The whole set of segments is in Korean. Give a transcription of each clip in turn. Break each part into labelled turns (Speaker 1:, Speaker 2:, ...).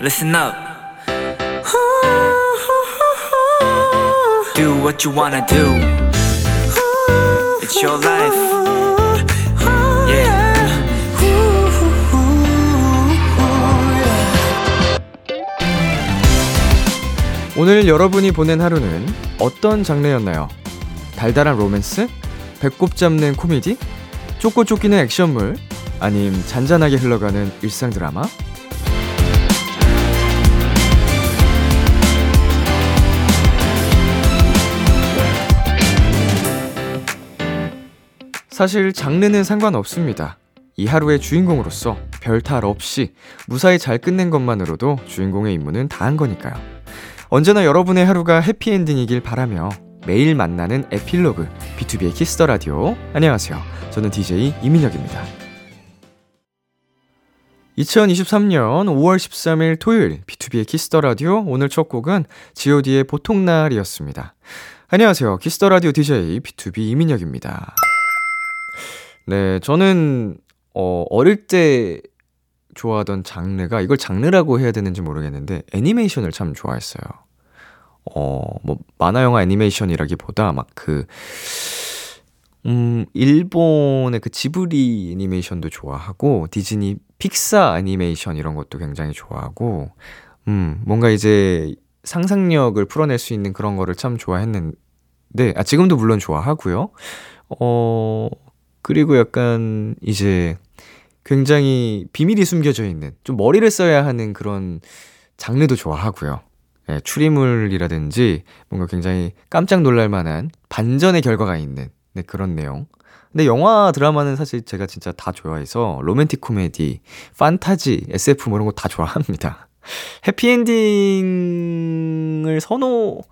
Speaker 1: listen up. Do what you wanna do. It's your life. Yeah.
Speaker 2: 오늘 여러분이 보낸 하루는 어떤 장르였나요? 달달한 로맨스? 배꼽 잡는 코미디? 쫓고 쫓기는 액션물? 아님 잔잔하게 흘러가는 일상 드라마? 사실 장르는 상관없습니다. 이 하루의 주인공으로서 별 탈 없이 무사히 잘 끝낸 것만으로도 주인공의 임무는 다 한 거니까요. 언제나 여러분의 하루가 해피엔딩이길 바라며 매일 만나는 에필로그 B2B의 키스터 라디오 안녕하세요. 저는 DJ 이민혁입니다. 2023년 5월 13일 토요일 B2B의 키스터 라디오 오늘 첫 곡은 G.O.D의 보통 날이었습니다. 안녕하세요. 키스터 라디오 DJ B2B 이민혁입니다. 네, 저는 어 어릴 때 좋아하던 장르가 이걸 장르라고 해야 되는지 모르겠는데 애니메이션을 참 좋아했어요. 어, 뭐 만화 영화 애니메이션이라기보다 막 그 음, 일본의 그 지브리 애니메이션도 좋아하고 디즈니 픽사 애니메이션 이런 것도 굉장히 좋아하고 음, 뭔가 이제 상상력을 풀어낼 수 있는 그런 거를 참 좋아했는데 아 지금도 물론 좋아하고요. 어, 그리고 약간 이제 굉장히 비밀이 숨겨져 있는 좀 머리를 써야 하는 그런 장르도 좋아하고요. 예, 추리물이라든지 뭔가 굉장히 깜짝 놀랄 만한 반전의 결과가 있는 네, 그런 내용. 근데 영화 드라마는 사실 제가 진짜 다 좋아해서 로맨틱 코미디, 판타지, SF 뭐 이런 거 다 좋아합니다. 해피엔딩을 선호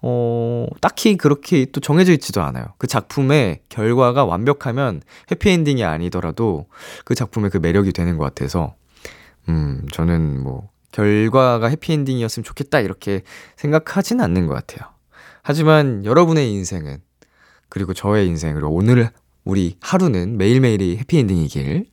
Speaker 2: 어, 딱히 그렇게 또 정해져 있지도 않아요. 그 작품의 결과가 완벽하면 해피엔딩이 아니더라도 그 작품의 그 매력이 되는 것 같아서, 음, 저는 뭐, 결과가 해피엔딩이었으면 좋겠다, 이렇게 생각하진 않는 것 같아요. 하지만 여러분의 인생은, 그리고 저의 인생, 그리고 오늘, 우리 하루는 매일매일이 해피엔딩이길.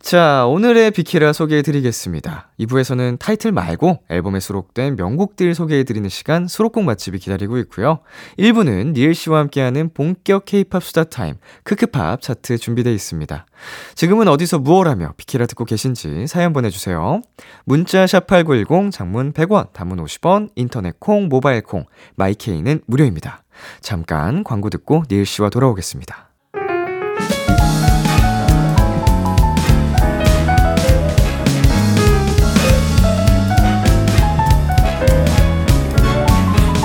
Speaker 2: 자, 오늘의 비키라 소개해드리겠습니다. 2부에서는 타이틀 말고 앨범에 수록된 명곡들 소개해드리는 시간 수록곡 맛집이 기다리고 있고요. 1부는 니엘 씨와 함께하는 본격 케이팝 수다 타임, 크크팝 차트 준비되어 있습니다. 지금은 어디서 무얼 하며 비키라 듣고 계신지 사연 보내주세요. 문자 샵8910 장문 100원, 단문 50원, 인터넷 콩, 모바일 콩, 마이케이는 무료입니다. 잠깐 광고 듣고 니엘 씨와 돌아오겠습니다.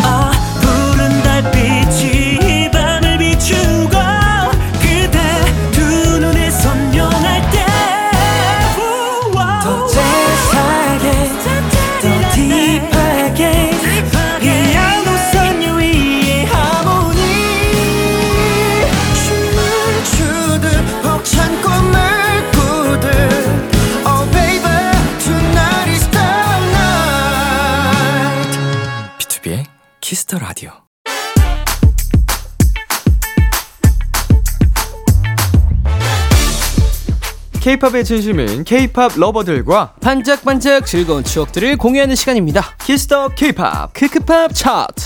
Speaker 3: 아 푸른 달빛이 이 밤을 비추고 그대 두 눈에 선명할 때더 재사하게 더 딥하게 이 양도선 유위의 하모니 춤을 추듯 벅찬 꿈을 꾸듯 Oh baby tonight is the night
Speaker 2: B2B의 키스터 라디오. K-팝의 진심인 K-팝 러버들과
Speaker 4: 반짝반짝 즐거운 추억들을 공유하는 시간입니다.
Speaker 2: 키스터 K-팝.
Speaker 4: 크크팝 차트.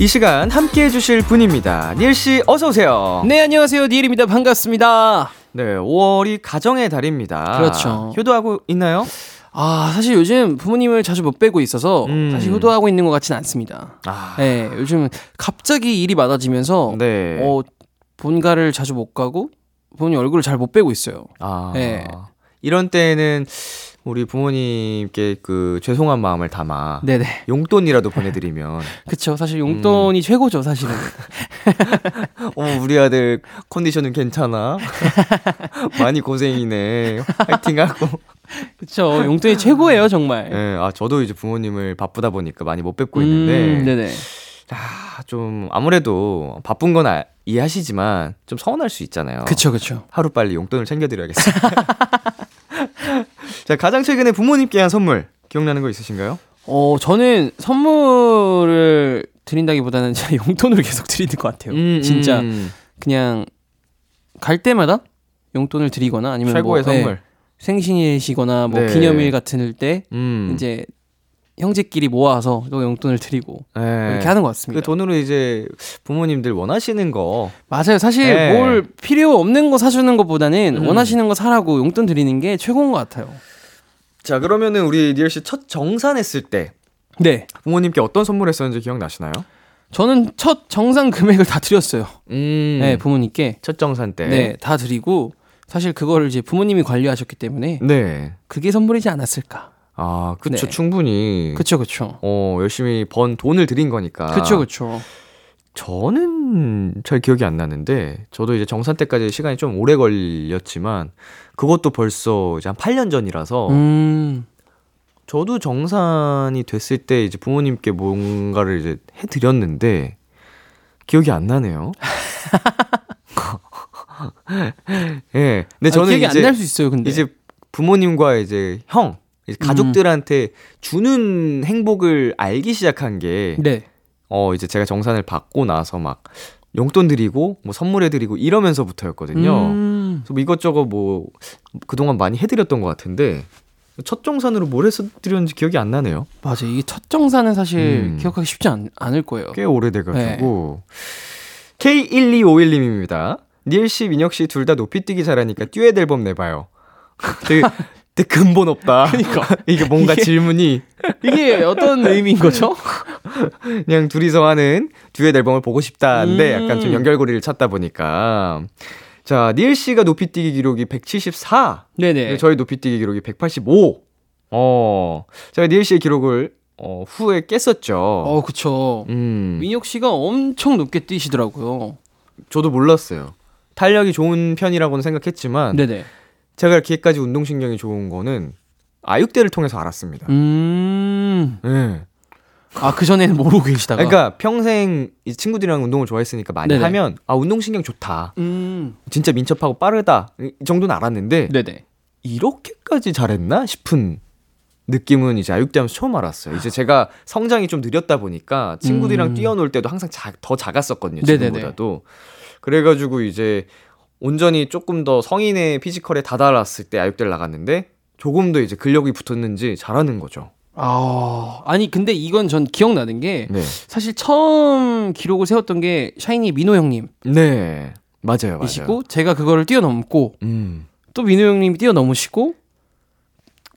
Speaker 2: 이 시간 함께 해주실 분입니다. 닐 씨, 어서오세요.
Speaker 4: 네, 안녕하세요. 니엘입니다. 반갑습니다.
Speaker 2: 네, 5월이 가정의 달입니다.
Speaker 4: 그렇죠.
Speaker 2: 효도하고 있나요?
Speaker 4: 아, 사실 요즘 부모님을 자주 못 빼고 있어서
Speaker 2: 음.
Speaker 4: 사실 효도하고 있는 것 같진 않습니다.
Speaker 2: 아,
Speaker 4: 네, 요즘 갑자기 일이 많아지면서
Speaker 2: 네.
Speaker 4: 어, 본가를 자주 못 가고 부모님 얼굴을 잘 못 빼고 있어요.
Speaker 2: 아,
Speaker 4: 네.
Speaker 2: 이런 때에는 우리 부모님께 그 죄송한 마음을 담아
Speaker 4: 네네.
Speaker 2: 용돈이라도 보내드리면
Speaker 4: 그쵸. 사실
Speaker 2: 음.
Speaker 4: 용돈이 최고죠, 사실은.
Speaker 2: 어, 우리 아들 컨디션은 괜찮아. 많이 고생이네. 화이팅하고.
Speaker 4: 그쵸. 용돈이 최고예요, 정말.
Speaker 2: 예, 아 저도 이제 부모님을 바쁘다 보니까 많이 못 뵙고
Speaker 4: 음,
Speaker 2: 있는데,
Speaker 4: 네네.
Speaker 2: 아, 좀 아무래도 바쁜 건 아- 이해하시지만 좀 서운할 수 있잖아요.
Speaker 4: 그쵸, 그쵸.
Speaker 2: 하루 빨리 용돈을 챙겨드려야겠어요. 자, 가장 최근에 부모님께 한 선물 기억나는 거 있으신가요?
Speaker 4: 어, 저는
Speaker 2: 음,
Speaker 4: 음, 선물을 드린다기보다는 제가 용돈을 계속 드리는 것 같아요. 진짜 그냥 갈 때마다 용돈을 드리거나 아니면
Speaker 2: 최고의
Speaker 4: 뭐, 예,
Speaker 2: 선물.
Speaker 4: 생신이시거나 뭐
Speaker 2: 네.
Speaker 4: 기념일 같은 때
Speaker 2: 음.
Speaker 4: 이제 형제끼리 모아서 또 용돈을 드리고
Speaker 2: 예.
Speaker 4: 이렇게 하는 것
Speaker 2: 그
Speaker 4: 같습니다.
Speaker 2: 돈으로 이제 부모님들 원하시는 거.
Speaker 4: 맞아요. 사실
Speaker 2: 네.
Speaker 4: 뭘 필요 없는 거 사주는 것보다는
Speaker 2: 음.
Speaker 4: 원하시는 거 사라고 용돈 드리는 게 최고인 것 같아요.
Speaker 2: 자, 그러면은 우리 니엘 씨 첫 정산했을 때
Speaker 4: 네.
Speaker 2: 부모님께 어떤 선물했었는지 기억나시나요?
Speaker 4: 저는 첫 정상 금액을 다 드렸어요.
Speaker 2: 음.
Speaker 4: 네, 부모님께.
Speaker 2: 첫 정산 때.
Speaker 4: 네. 다 드리고 사실 그거를 이제 부모님이 관리하셨기 때문에
Speaker 2: 네.
Speaker 4: 그게 선물이지 않았을까.
Speaker 2: 아, 그쵸.
Speaker 4: 네.
Speaker 2: 충분히.
Speaker 4: 그쵸, 그쵸.
Speaker 2: 어, 열심히 번 돈을 드린 거니까.
Speaker 4: 그쵸, 그쵸.
Speaker 2: 저는 잘 기억이 안 나는데, 저도 이제 정산 때까지 시간이 좀 오래 걸렸지만, 그것도 벌써 이제 한 8년 전이라서,
Speaker 4: 음.
Speaker 2: 저도 정산이 됐을 때 이제 부모님께 뭔가를 이제 해드렸는데, 기억이 안 나네요. 예. 근데
Speaker 4: 아,
Speaker 2: 저는
Speaker 4: 기억이
Speaker 2: 이제,
Speaker 4: 안 날 수 있어요, 근데. 음.
Speaker 2: 이제 부모님과 이제 형, 이제 가족들한테 주는 행복을 알기 시작한 게,
Speaker 4: 네.
Speaker 2: 어, 이제 제가 정산을 받고 나서 막 용돈 드리고 뭐 선물해 드리고 이러면서부터였거든요.
Speaker 4: 음.
Speaker 2: 그래서 뭐 이것저것 뭐 그동안 많이 해 드렸던 것 같은데 첫 정산으로 뭘 해서 드렸는지 기억이 안 나네요.
Speaker 4: 맞아. 이게 첫 정산은 사실
Speaker 2: 음.
Speaker 4: 기억하기 쉽지 않, 않을 거예요.
Speaker 2: 꽤 오래돼 가지고 네. K1251 님입니다. 니엘 씨, 민혁 씨 둘 다 높이 뛰기 잘하니까 듀엣 앨범 내봐요. 되게, 되게 근본 없다. 그러니까 이게 뭔가 질문이
Speaker 4: 이게 어떤 의미인 거죠?
Speaker 2: 그냥 둘이서 하는 듀엣 앨범을 보고 싶다는데
Speaker 4: 음.
Speaker 2: 약간 좀 연결고리를 찾다 보니까 자 니엘 씨가 높이뛰기 기록이 174
Speaker 4: 네네.
Speaker 2: 그 저희 높이뛰기 기록이 185 어, 제가 니엘 씨의 기록을 어, 후에 깼었죠.
Speaker 4: 어, 그쵸.
Speaker 2: 음,
Speaker 4: 민혁 씨가 엄청 높게 뛰시더라고요.
Speaker 2: 저도 몰랐어요. 탄력이 좋은 편이라고는 생각했지만
Speaker 4: 네네.
Speaker 2: 제가 이렇게까지 운동신경이 좋은 거는 아육대를 통해서 알았습니다.
Speaker 4: 음.
Speaker 2: 예.
Speaker 4: 아, 그 전에는 모르고 계시다가.
Speaker 2: 그러니까 평생 이 친구들이랑 운동을 좋아했으니까 많이
Speaker 4: 네네.
Speaker 2: 하면 아 운동신경 좋다.
Speaker 4: 음.
Speaker 2: 진짜 민첩하고 빠르다 이 정도는 알았는데
Speaker 4: 네네.
Speaker 2: 이렇게까지 잘했나 싶은 느낌은 이제 아육대하면서 처음 알았어요. 이제 제가 성장이 좀 느렸다 보니까 친구들이랑
Speaker 4: 음.
Speaker 2: 뛰어놀 때도 항상 자- 더 작았었거든요.
Speaker 4: 네네네.
Speaker 2: 지금보다도 그래가지고 이제 온전히 조금 더 성인의 피지컬에 다다랐을 때 아육대를 나갔는데 조금 더 이제 근력이 붙었는지 잘하는 거죠.
Speaker 4: 아, 아니 근데 이건 전 기억나는 게
Speaker 2: 네,
Speaker 4: 사실 처음 기록을 세웠던 게 샤이니 민호 형님이시고
Speaker 2: 네 맞아요, 맞아요.
Speaker 4: 제가 그거를 뛰어넘고
Speaker 2: 음,
Speaker 4: 또 민호 형님이 뛰어넘으시고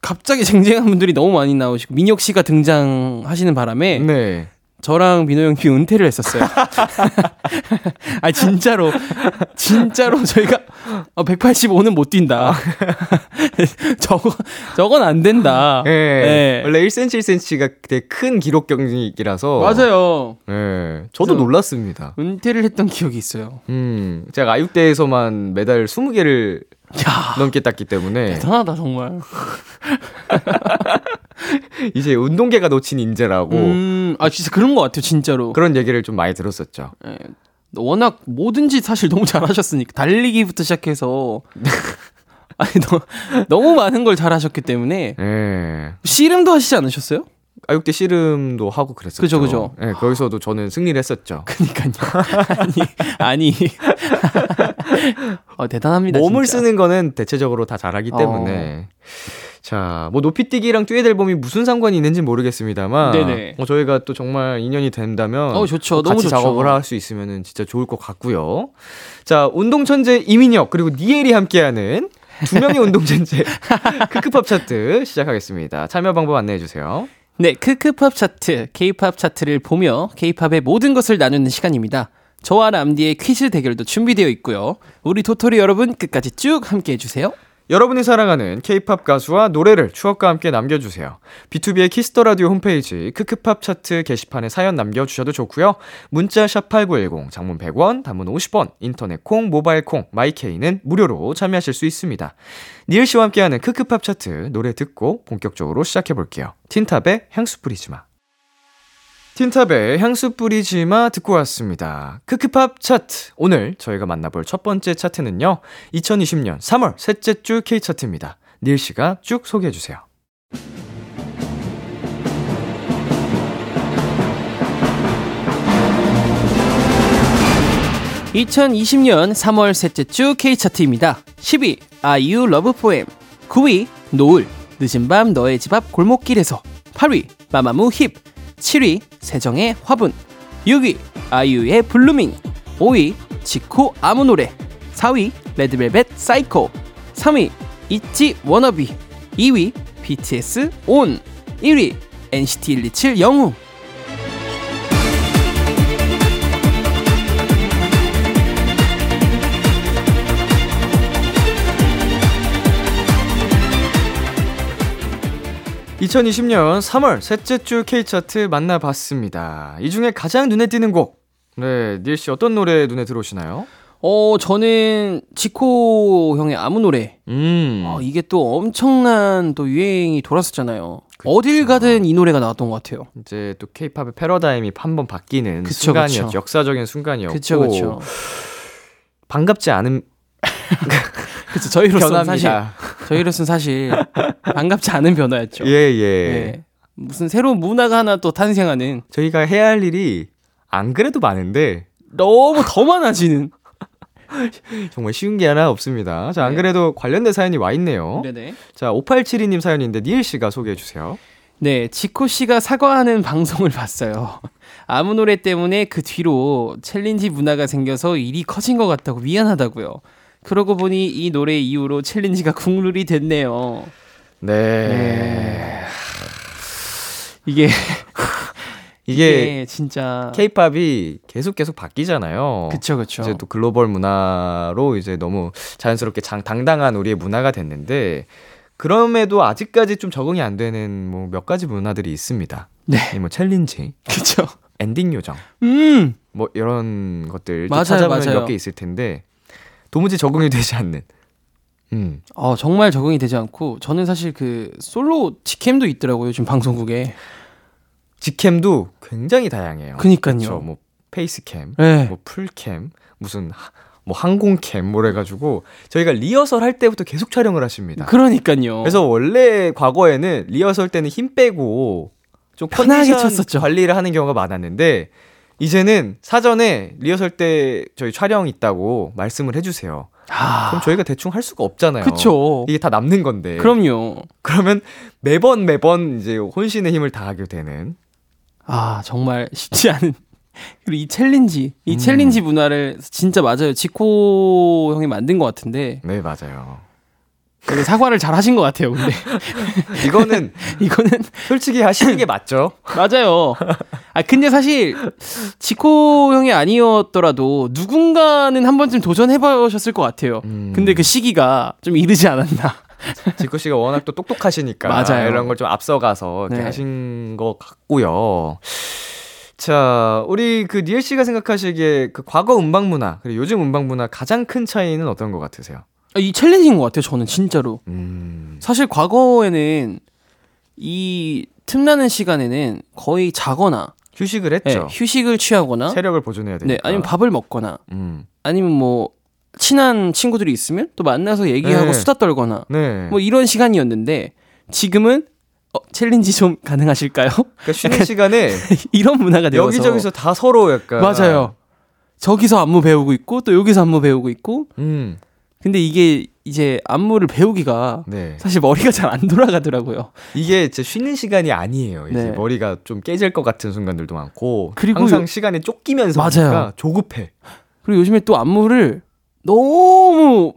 Speaker 4: 갑자기 쟁쟁한 분들이 너무 많이 나오시고 민혁 씨가 등장하시는 바람에
Speaker 2: 네.
Speaker 4: 저랑 민호 형이 은퇴를 했었어요. 아 진짜로 진짜로 저희가 185는 못
Speaker 2: 아.
Speaker 4: 뛴다. 저거 저건 안 된다.
Speaker 2: 예.
Speaker 4: 예.
Speaker 2: 원래 1cm, 1cm가 되게 큰 기록 경력이라서
Speaker 4: 맞아요.
Speaker 2: 예. 저도
Speaker 4: 그래서-
Speaker 2: 놀랐습니다.
Speaker 4: 은퇴를 했던 기억이 있어요.
Speaker 2: 음. 제가 아육대에서만 메달 20개를
Speaker 4: 야
Speaker 2: 넘게 땄기 때문에
Speaker 4: 대단하다 정말.
Speaker 2: 이제 운동계가 놓친 인재라고
Speaker 4: 음아 진짜 그런 것 같아요 진짜로.
Speaker 2: 그런 얘기를 좀 많이 들었었죠.
Speaker 4: 예. 워낙 뭐든지 사실 너무 잘하셨으니까 달리기부터 시작해서 아니 너, 너무 많은 걸 잘하셨기 때문에
Speaker 2: 예.
Speaker 4: 씨름도 하시지 않으셨어요?
Speaker 2: 아육대 씨름도 하고 그랬었죠.
Speaker 4: 그죠, 그죠.
Speaker 2: 예, 거기서도 저는 승리를 했었죠.
Speaker 4: 그니까요. 아니, 아니. 어, 대단합니다.
Speaker 2: 몸을
Speaker 4: 진짜.
Speaker 2: 쓰는 거는 대체적으로 다 잘하기
Speaker 4: 어.
Speaker 2: 때문에 자, 뭐 높이뛰기랑 듀엣 앨범이 무슨 상관이 있는지 모르겠습니다만
Speaker 4: 네네.
Speaker 2: 뭐 저희가 또 정말 인연이 된다면
Speaker 4: 어, 좋죠.
Speaker 2: 같이
Speaker 4: 너무 좋죠.
Speaker 2: 작업을 할 수 있으면 진짜 좋을 것 같고요. 자, 운동 천재 이민혁 그리고 니엘이 함께하는 두 명의 운동 천재 크크팝 차트 시작하겠습니다. 참여 방법 안내해 주세요.
Speaker 4: 네, 크크팝 차트, 케이팝 차트를 보며 케이팝의 모든 것을 나누는 시간입니다. 저와 람디의 퀴즈 대결도 준비되어 있고요. 우리 도토리 여러분 끝까지 쭉 함께 해주세요.
Speaker 2: 여러분이 사랑하는 K-팝 가수와 노래를 추억과 함께 남겨주세요. B2B의 키스터 라디오 홈페이지 크크팝 차트 게시판에 사연 남겨주셔도 좋고요. 문자 샵 #8910 장문 100원, 단문 50원, 인터넷 콩, 모바일 콩, 마이케이는 무료로 참여하실 수 있습니다. 니엘 씨와 함께하는 크크팝 차트 노래 듣고 본격적으로 시작해 볼게요. 틴탑의 향수 뿌리지 마. 틴탑의 향수 뿌리지 마 듣고 왔습니다. 크크팝 차트. 오늘 저희가 만나볼 첫 번째 차트는요. 2020년 3월 셋째 주 K 차트입니다. 닐 씨가 쭉 소개해 주세요.
Speaker 4: 2020년 3월 셋째 주 K차트입니다. 10위 아이유 러브 포엠 9위 노을 늦은 밤 너의 집 앞 골목길에서 8위 마마무 힙 7위 세정의 화분 6위 아이유의 블루밍 5위 지코 아무 노래 4위 레드벨벳 사이코 3위 있지 워너비 2위 BTS 온 1위 NCT 127 영웅
Speaker 2: (2020년 3월) 셋째 주 K차트 만나봤습니다 이 중에 가장 눈에 띄는 곡 네, 닐 씨 어떤 노래 눈에 들어오시나요?
Speaker 4: 어 저는 지코 형의 아무 노래
Speaker 2: 음.
Speaker 4: 아, 이게 또 엄청난 또 유행이 돌았었잖아요. 어딜 가든 이 노래가 나왔던 것 같아요.
Speaker 2: 이제 또 케이팝의 패러다임이 한번 바뀌는
Speaker 4: 그쵸,
Speaker 2: 순간이었죠.
Speaker 4: 그쵸.
Speaker 2: 역사적인 순간이었고.
Speaker 4: 그쵸, 그쵸.
Speaker 2: 반갑지 않은
Speaker 4: 그쵸, 저희로서는 사실,
Speaker 2: 변화입니다.
Speaker 4: 저희로서는 사실, 반갑지 않은 변화였죠.
Speaker 2: 예, 예.
Speaker 4: 예. 무슨 새로운 문화가 하나 또 탄생하는
Speaker 2: 저희가 해야 할 일이 안 그래도 많은데
Speaker 4: 너무 더 많아지는.
Speaker 2: 정말 쉬운 게 하나 없습니다. 자, 안
Speaker 4: 네.
Speaker 2: 그래도 관련된 사연이 와 있네요.
Speaker 4: 네네.
Speaker 2: 자, 5872님 사연인데 니엘 씨가 소개해 주세요.
Speaker 4: 네, 지코 씨가 사과하는 방송을 봤어요. 아무 노래 때문에 그 뒤로 챌린지 문화가 생겨서 일이 커진 것 같다고 미안하다고요. 그러고 보니 이 노래 이후로 챌린지가 국룰이 됐네요.
Speaker 2: 네.
Speaker 4: 예. 이게
Speaker 2: 이게
Speaker 4: 이게 진짜
Speaker 2: 케이팝이 계속 계속 바뀌잖아요.
Speaker 4: 그쵸 그쵸
Speaker 2: 이제 또 글로벌 문화로 이제 너무 자연스럽게 장, 당당한 우리의 문화가 됐는데 그럼에도 아직까지 좀 적응이 안 되는 뭐 몇 가지 문화들이 있습니다.
Speaker 4: 네.
Speaker 2: 이뭐 챌린지,
Speaker 4: 그쵸
Speaker 2: 엔딩 요정
Speaker 4: 음
Speaker 2: 뭐 이런 것들 좀
Speaker 4: 맞아요,
Speaker 2: 찾아보면
Speaker 4: 맞아요.
Speaker 2: 몇 개 있을 텐데 도무지 적응이 되지 않는. 음.
Speaker 4: 어, 정말 적응이 되지 않고 저는 사실 그 솔로 직캠도 있더라고요 지금 방송국에
Speaker 2: 직캠도 굉장히 다양해요.
Speaker 4: 그니까요.
Speaker 2: 그쵸, 뭐 페이스캠,
Speaker 4: 네.
Speaker 2: 뭐 풀캠, 무슨 하- 뭐 항공캠 뭐래 가지고 저희가 리허설 할 때부터 계속 촬영을 하십니다.
Speaker 4: 그러니까요
Speaker 2: 그래서 원래 과거에는 리허설 때는 힘 빼고 좀
Speaker 4: 편하게
Speaker 2: 컨디션
Speaker 4: 쳤었죠.
Speaker 2: 관리를 하는 경우가 많았는데 이제는 사전에 리허설 때 저희 촬영 있다고 말씀을 해주세요.
Speaker 4: 아
Speaker 2: 그럼 저희가 대충 할 수가 없잖아요. 예.
Speaker 4: 그쵸
Speaker 2: 이게 다 남는 건데.
Speaker 4: 어? 그럼요
Speaker 2: 그러면 매번 매번 이제 혼신의 힘을 다하게 되는.
Speaker 4: 아 정말 쉽지 않은 그리고 이 챌린지
Speaker 2: 음.
Speaker 4: 이 챌린지 문화를 진짜 맞아요 지코 형이 만든 것 같은데
Speaker 2: 네 맞아요.
Speaker 4: 되게 사과를 잘 하신 것 같아요 근데
Speaker 2: 이거는
Speaker 4: 이거는
Speaker 2: 솔직히 하시는 게 맞죠.
Speaker 4: 맞아요. 아 근데 사실 지코 형이 아니었더라도 누군가는 한 번쯤 도전해보셨을 것 같아요.
Speaker 2: 음.
Speaker 4: 근데 그 시기가 좀 이르지 않았나.
Speaker 2: 지코 씨가 워낙 또 똑똑하시니까
Speaker 4: 맞아요.
Speaker 2: 이런 걸 좀 앞서가서 이렇게
Speaker 4: 네.
Speaker 2: 하신 것 같고요. 자, 우리 그 니엘 씨가 생각하시기에 그 과거 음방 문화 그리고 요즘 음방 문화 가장 큰 차이는 어떤 것 같으세요?
Speaker 4: 아, 이 챌린지인 것 같아요. 저는 진짜로.
Speaker 2: 음,
Speaker 4: 사실 과거에는 이 틈나는 시간에는 거의 자거나
Speaker 2: 휴식을
Speaker 4: 예,
Speaker 2: 했죠.
Speaker 4: 휴식을 취하거나
Speaker 2: 체력을 보존해야 되니까.
Speaker 4: 네, 아니면 밥을 먹거나
Speaker 2: 음,
Speaker 4: 아니면 뭐 친한 친구들이 있으면 또 만나서 얘기하고
Speaker 2: 네.
Speaker 4: 수다 떨거나
Speaker 2: 네.
Speaker 4: 뭐 이런 시간이었는데 지금은 어, 챌린지 좀 가능하실까요?
Speaker 2: 그러니까 쉬는 시간에
Speaker 4: 이런 문화가 되어서 네.
Speaker 2: 여기저기서 다 서로 약간
Speaker 4: 맞아요. 저기서 안무 배우고 있고 또 여기서 안무 배우고 있고
Speaker 2: 음,
Speaker 4: 근데 이게 이제 안무를 배우기가
Speaker 2: 네.
Speaker 4: 사실 머리가 잘 안 돌아가더라고요.
Speaker 2: 이게 이제 쉬는 시간이 아니에요. 이제
Speaker 4: 네.
Speaker 2: 머리가 좀 깨질 것 같은 순간들도 많고
Speaker 4: 그리고
Speaker 2: 항상
Speaker 4: 요-
Speaker 2: 시간에 쫓기면서
Speaker 4: 맞아요.
Speaker 2: 보니까 조급해.
Speaker 4: 그리고 요즘에 또 안무를 너무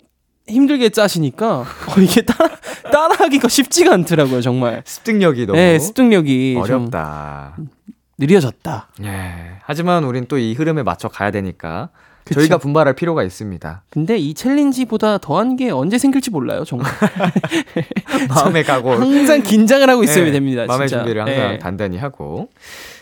Speaker 4: 힘들게 짜시니까 어, 이게 따라 따라하기가 쉽지가 않더라고요 정말.
Speaker 2: 습득력이 너무
Speaker 4: 네 습득력이 좀
Speaker 2: 어렵다.
Speaker 4: 느려졌다.
Speaker 2: 예. 하지만 우린 또 이 흐름에 맞춰 가야 되니까
Speaker 4: 그쵸.
Speaker 2: 저희가 분발할 필요가 있습니다.
Speaker 4: 근데 이 챌린지보다 더한 게 언제 생길지 몰라요 정말.
Speaker 2: 마음의 각오.
Speaker 4: 항상 긴장을 하고 있어야
Speaker 2: 예,
Speaker 4: 됩니다.
Speaker 2: 어. 마음의
Speaker 4: 진짜.
Speaker 2: 준비를 항상
Speaker 4: 예.
Speaker 2: 단단히 하고.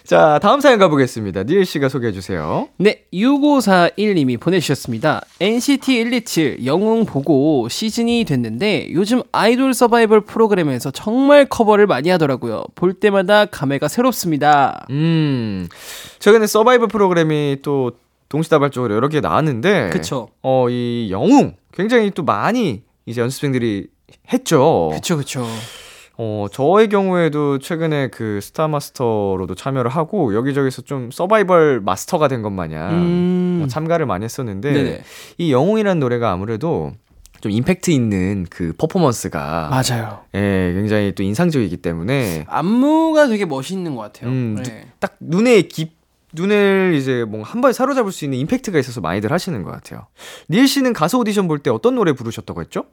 Speaker 2: 자, 다음 사연 가보겠습니다. 니엘 씨가 소개해 주세요.
Speaker 4: 네, 6541님이 보내주셨습니다. NCT 127 영웅 보고 시즌이 됐는데 요즘 아이돌 서바이벌 프로그램에서 정말 커버를 많이 하더라고요. 볼 때마다 감회가 새롭습니다.
Speaker 2: 음, 최근에 서바이벌 프로그램이 또 동시다발적으로 여러 개 나왔는데,
Speaker 4: 그쵸.
Speaker 2: 어, 이 영웅 굉장히 또 많이 이제 연습생들이 했죠.
Speaker 4: 그쵸, 그쵸.
Speaker 2: 어, 저의 경우에도 최근에 그 스타마스터로도 참여를 하고 여기저기서 좀 서바이벌 마스터가 된 것 마냥
Speaker 4: 음.
Speaker 2: 어, 참가를 많이 했었는데
Speaker 4: 네네.
Speaker 2: 이 영웅이라는 노래가 아무래도 좀 임팩트 있는 그 퍼포먼스가
Speaker 4: 맞아요.
Speaker 2: 예, 굉장히 또 인상적이기 때문에
Speaker 4: 안무가 되게 멋있는 것 같아요.
Speaker 2: 음,
Speaker 4: 네.
Speaker 2: 딱 눈에 깊 눈을 이제 뭔가 한 번에 사로잡을 수 있는 임팩트가 있어서 많이들 하시는 것 같아요. 닐 씨는 가수 오디션 볼 때 어떤 노래 부르셨다고 했죠?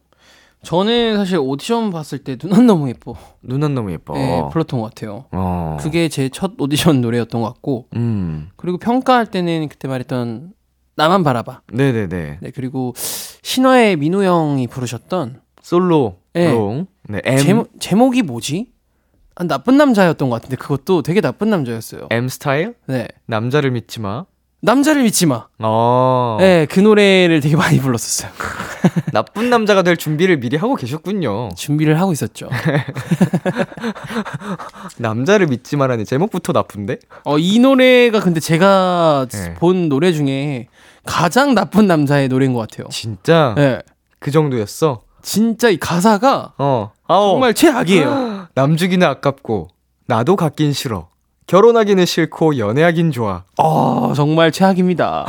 Speaker 4: 저는 사실 오디션 봤을 때 눈은 너무 예뻐.
Speaker 2: 눈안 너무 예뻐.
Speaker 4: 네, 불렀던 것 같아요.
Speaker 2: 어.
Speaker 4: 그게 제 첫 오디션 노래였던 것 같고
Speaker 2: 음.
Speaker 4: 그리고 평가할 때는 그때 말했던 나만 바라봐.
Speaker 2: 네네네.
Speaker 4: 네, 그리고 신화의 민우 형이 부르셨던
Speaker 2: 솔로.
Speaker 4: 예.
Speaker 2: 롱. 네. M.
Speaker 4: 제목, 제목이 뭐지? 아, 나쁜 남자였던 것 같은데 그것도 되게 나쁜 남자였어요.
Speaker 2: M 스타일?
Speaker 4: 네.
Speaker 2: 남자를 믿지 마.
Speaker 4: 남자를 믿지 마.
Speaker 2: 어.
Speaker 4: 네, 그 노래를 되게 많이 불렀었어요.
Speaker 2: 나쁜 남자가 될 준비를 미리 하고 계셨군요.
Speaker 4: 준비를 하고 있었죠.
Speaker 2: 남자를 믿지 마라니 제목부터 나쁜데?
Speaker 4: 어, 이 노래가 근데 제가
Speaker 2: 네.
Speaker 4: 본 노래 중에 가장 나쁜 남자의 노래인 것 같아요.
Speaker 2: 진짜
Speaker 4: 네.
Speaker 2: 그 정도였어.
Speaker 4: 진짜 이 가사가
Speaker 2: 어. 아오.
Speaker 4: 정말 최악이에요.
Speaker 2: 남 주기는 아깝고 나도 갖긴 싫어. 결혼하기는 싫고 연애하긴 좋아.
Speaker 4: 어, 정말 최악입니다.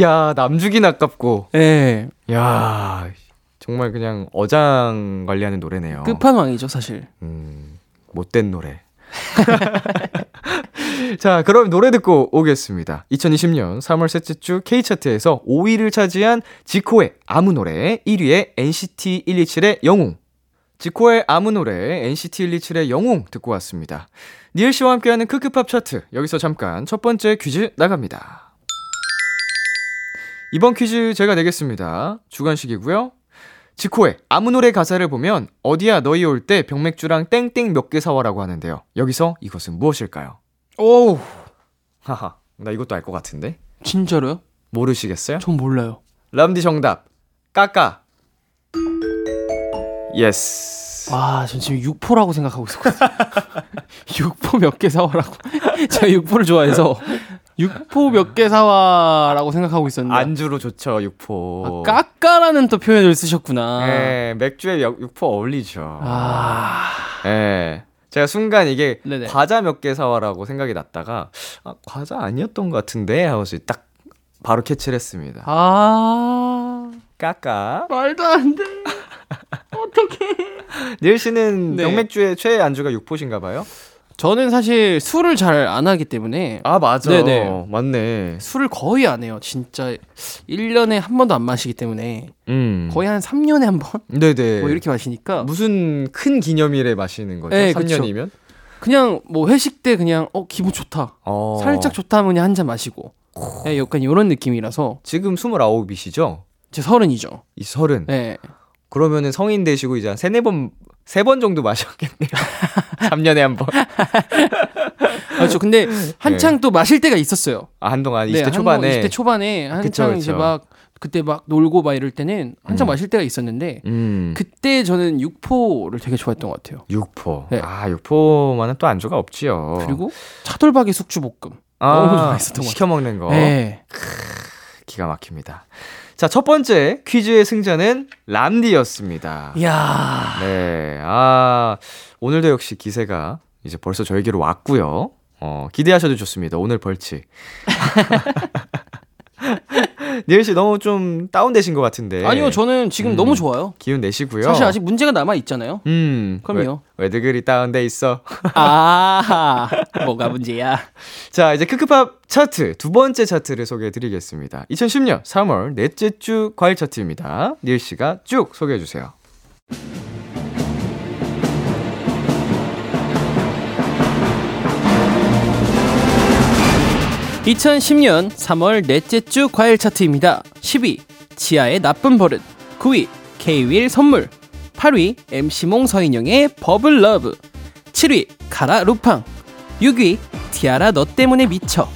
Speaker 2: 야, 남 주긴 아깝고.
Speaker 4: 예.
Speaker 2: 야, 정말 그냥 어장 관리하는 노래네요.
Speaker 4: 그 끝판왕이죠, 사실.
Speaker 2: 음, 못된 노래. 자, 그럼 노래 듣고 오겠습니다. 2020년 3월 셋째 주 K차트에서 5위를 차지한 지코의 아무 노래, 1위의 NCT 127의 영웅. 지코의 아무 노래, NCT 127의 영웅 듣고 왔습니다. 니엘 씨와 함께하는 크크팝 차트, 여기서 잠깐 첫 번째 퀴즈 나갑니다. 이번 퀴즈 제가 내겠습니다. 주간식이고요. 지코의 아무 노래 가사를 보면 어디야 너희 올 때 병맥주랑 땡땡 몇 개 사와라고 하는데요. 여기서 이것은 무엇일까요?
Speaker 4: 오,
Speaker 2: 하하, 나 이것도 알 것 같은데
Speaker 4: 진짜로요?
Speaker 2: 모르시겠어요?
Speaker 4: 전 몰라요.
Speaker 2: 람디 정답 까까. 예스.
Speaker 4: 와, 아, 전 지금 육포라고 생각하고 있었거든요. 육포 몇 개 사와라고. 제가 육포를 좋아해서 육포 몇 개 사와라고 생각하고 있었는데.
Speaker 2: 안주로 좋죠 육포.
Speaker 4: 네. 아, 까까라는 또 표현을 쓰셨구나.
Speaker 2: 예, 맥주에 역- 육포 어울리죠.
Speaker 4: 아,
Speaker 2: 예. 제가 순간 이게
Speaker 4: 네네.
Speaker 2: 과자 몇 개 사와라고 생각이 났다가 아, 과자 아니었던 것 같은데 하고서 딱 바로 캐치를 했습니다.
Speaker 4: 아,
Speaker 2: 까까.
Speaker 4: 말도 안 돼.
Speaker 2: 닐 씨는
Speaker 4: 네.
Speaker 2: 명맥주의 최애 안주가 육포신가 봐요?
Speaker 4: 저는 사실 술을 잘 안 하기 때문에
Speaker 2: 아, 맞아.
Speaker 4: 네네.
Speaker 2: 맞네.
Speaker 4: 술을 거의 안 해요. 진짜 1년에 한 번도 안 마시기 때문에
Speaker 2: 음.
Speaker 4: 거의 한 3년에 한 번?
Speaker 2: 네네.
Speaker 4: 뭐 이렇게 마시니까
Speaker 2: 무슨 큰 기념일에 마시는 거죠?
Speaker 4: 네,
Speaker 2: 3년이면?
Speaker 4: 그냥 뭐 회식 때 그냥 어 기분 좋다.
Speaker 2: 어.
Speaker 4: 살짝 좋다 하면 그냥 한 잔 마시고. 네, 약간 이런 느낌이라서
Speaker 2: 지금 29이시죠?
Speaker 4: 제 서른이죠.
Speaker 2: 이 서른.
Speaker 4: 네.
Speaker 2: 그러면은 성인 되시고 이제 한 세네 번, 세 번 정도 마셨겠네요. 3년에 한 번.
Speaker 4: 그렇죠. 근데 한창 또 마실 때가 있었어요.
Speaker 2: 네. 아, 한동안 20대
Speaker 4: 네, 한 번,
Speaker 2: 초반에.
Speaker 4: 20대 초반에 한창
Speaker 2: 그쵸,
Speaker 4: 이제
Speaker 2: 그쵸.
Speaker 4: 막 그때 막 놀고 막 이럴 때는 한창
Speaker 2: 음.
Speaker 4: 마실 때가 있었는데
Speaker 2: 음.
Speaker 4: 그때 저는 육포를 되게 좋아했던 것 같아요.
Speaker 2: 육포.
Speaker 4: 네.
Speaker 2: 아, 육포만은 또 안주가 없지요.
Speaker 4: 그리고 차돌박이 숙주볶음.
Speaker 2: 아,
Speaker 4: 너무 맛있었던 것
Speaker 2: 시켜 먹는 거.
Speaker 4: 네.
Speaker 2: 기가 막힙니다. 자, 첫 번째 퀴즈의 승자는 람디였습니다.
Speaker 4: 이야.
Speaker 2: 네. 아, 오늘도 역시 기세가 이제 벌써 저에게로 왔고요. 어, 기대하셔도 좋습니다. 오늘 벌칙. 니엘 씨 너무 좀 다운되신 것 같은데.
Speaker 4: 아니요, 저는 지금
Speaker 2: 음.
Speaker 4: 너무 좋아요.
Speaker 2: 기운 내시고요.
Speaker 4: 사실 아직 문제가 남아 있잖아요.
Speaker 2: 음.
Speaker 4: 그럼요.
Speaker 2: 왜, 왜들 그리 다운돼 있어?
Speaker 4: 아, 뭐가 문제야?
Speaker 2: 자, 이제 크크팝 차트 두 번째 차트를 소개해 드리겠습니다. 2010년 3월 넷째 주 과일 차트입니다. 닐 씨가 쭉 소개해 주세요.
Speaker 4: 네. 2010년 3월 넷째 주 과일 차트입니다. 10위 지아의 나쁜 버릇, 9위 K-윌 선물, 8위 MC몽 서인영의 버블 러브, 7위 가라 루팡, 6위 티아라 너 때문에 미쳐,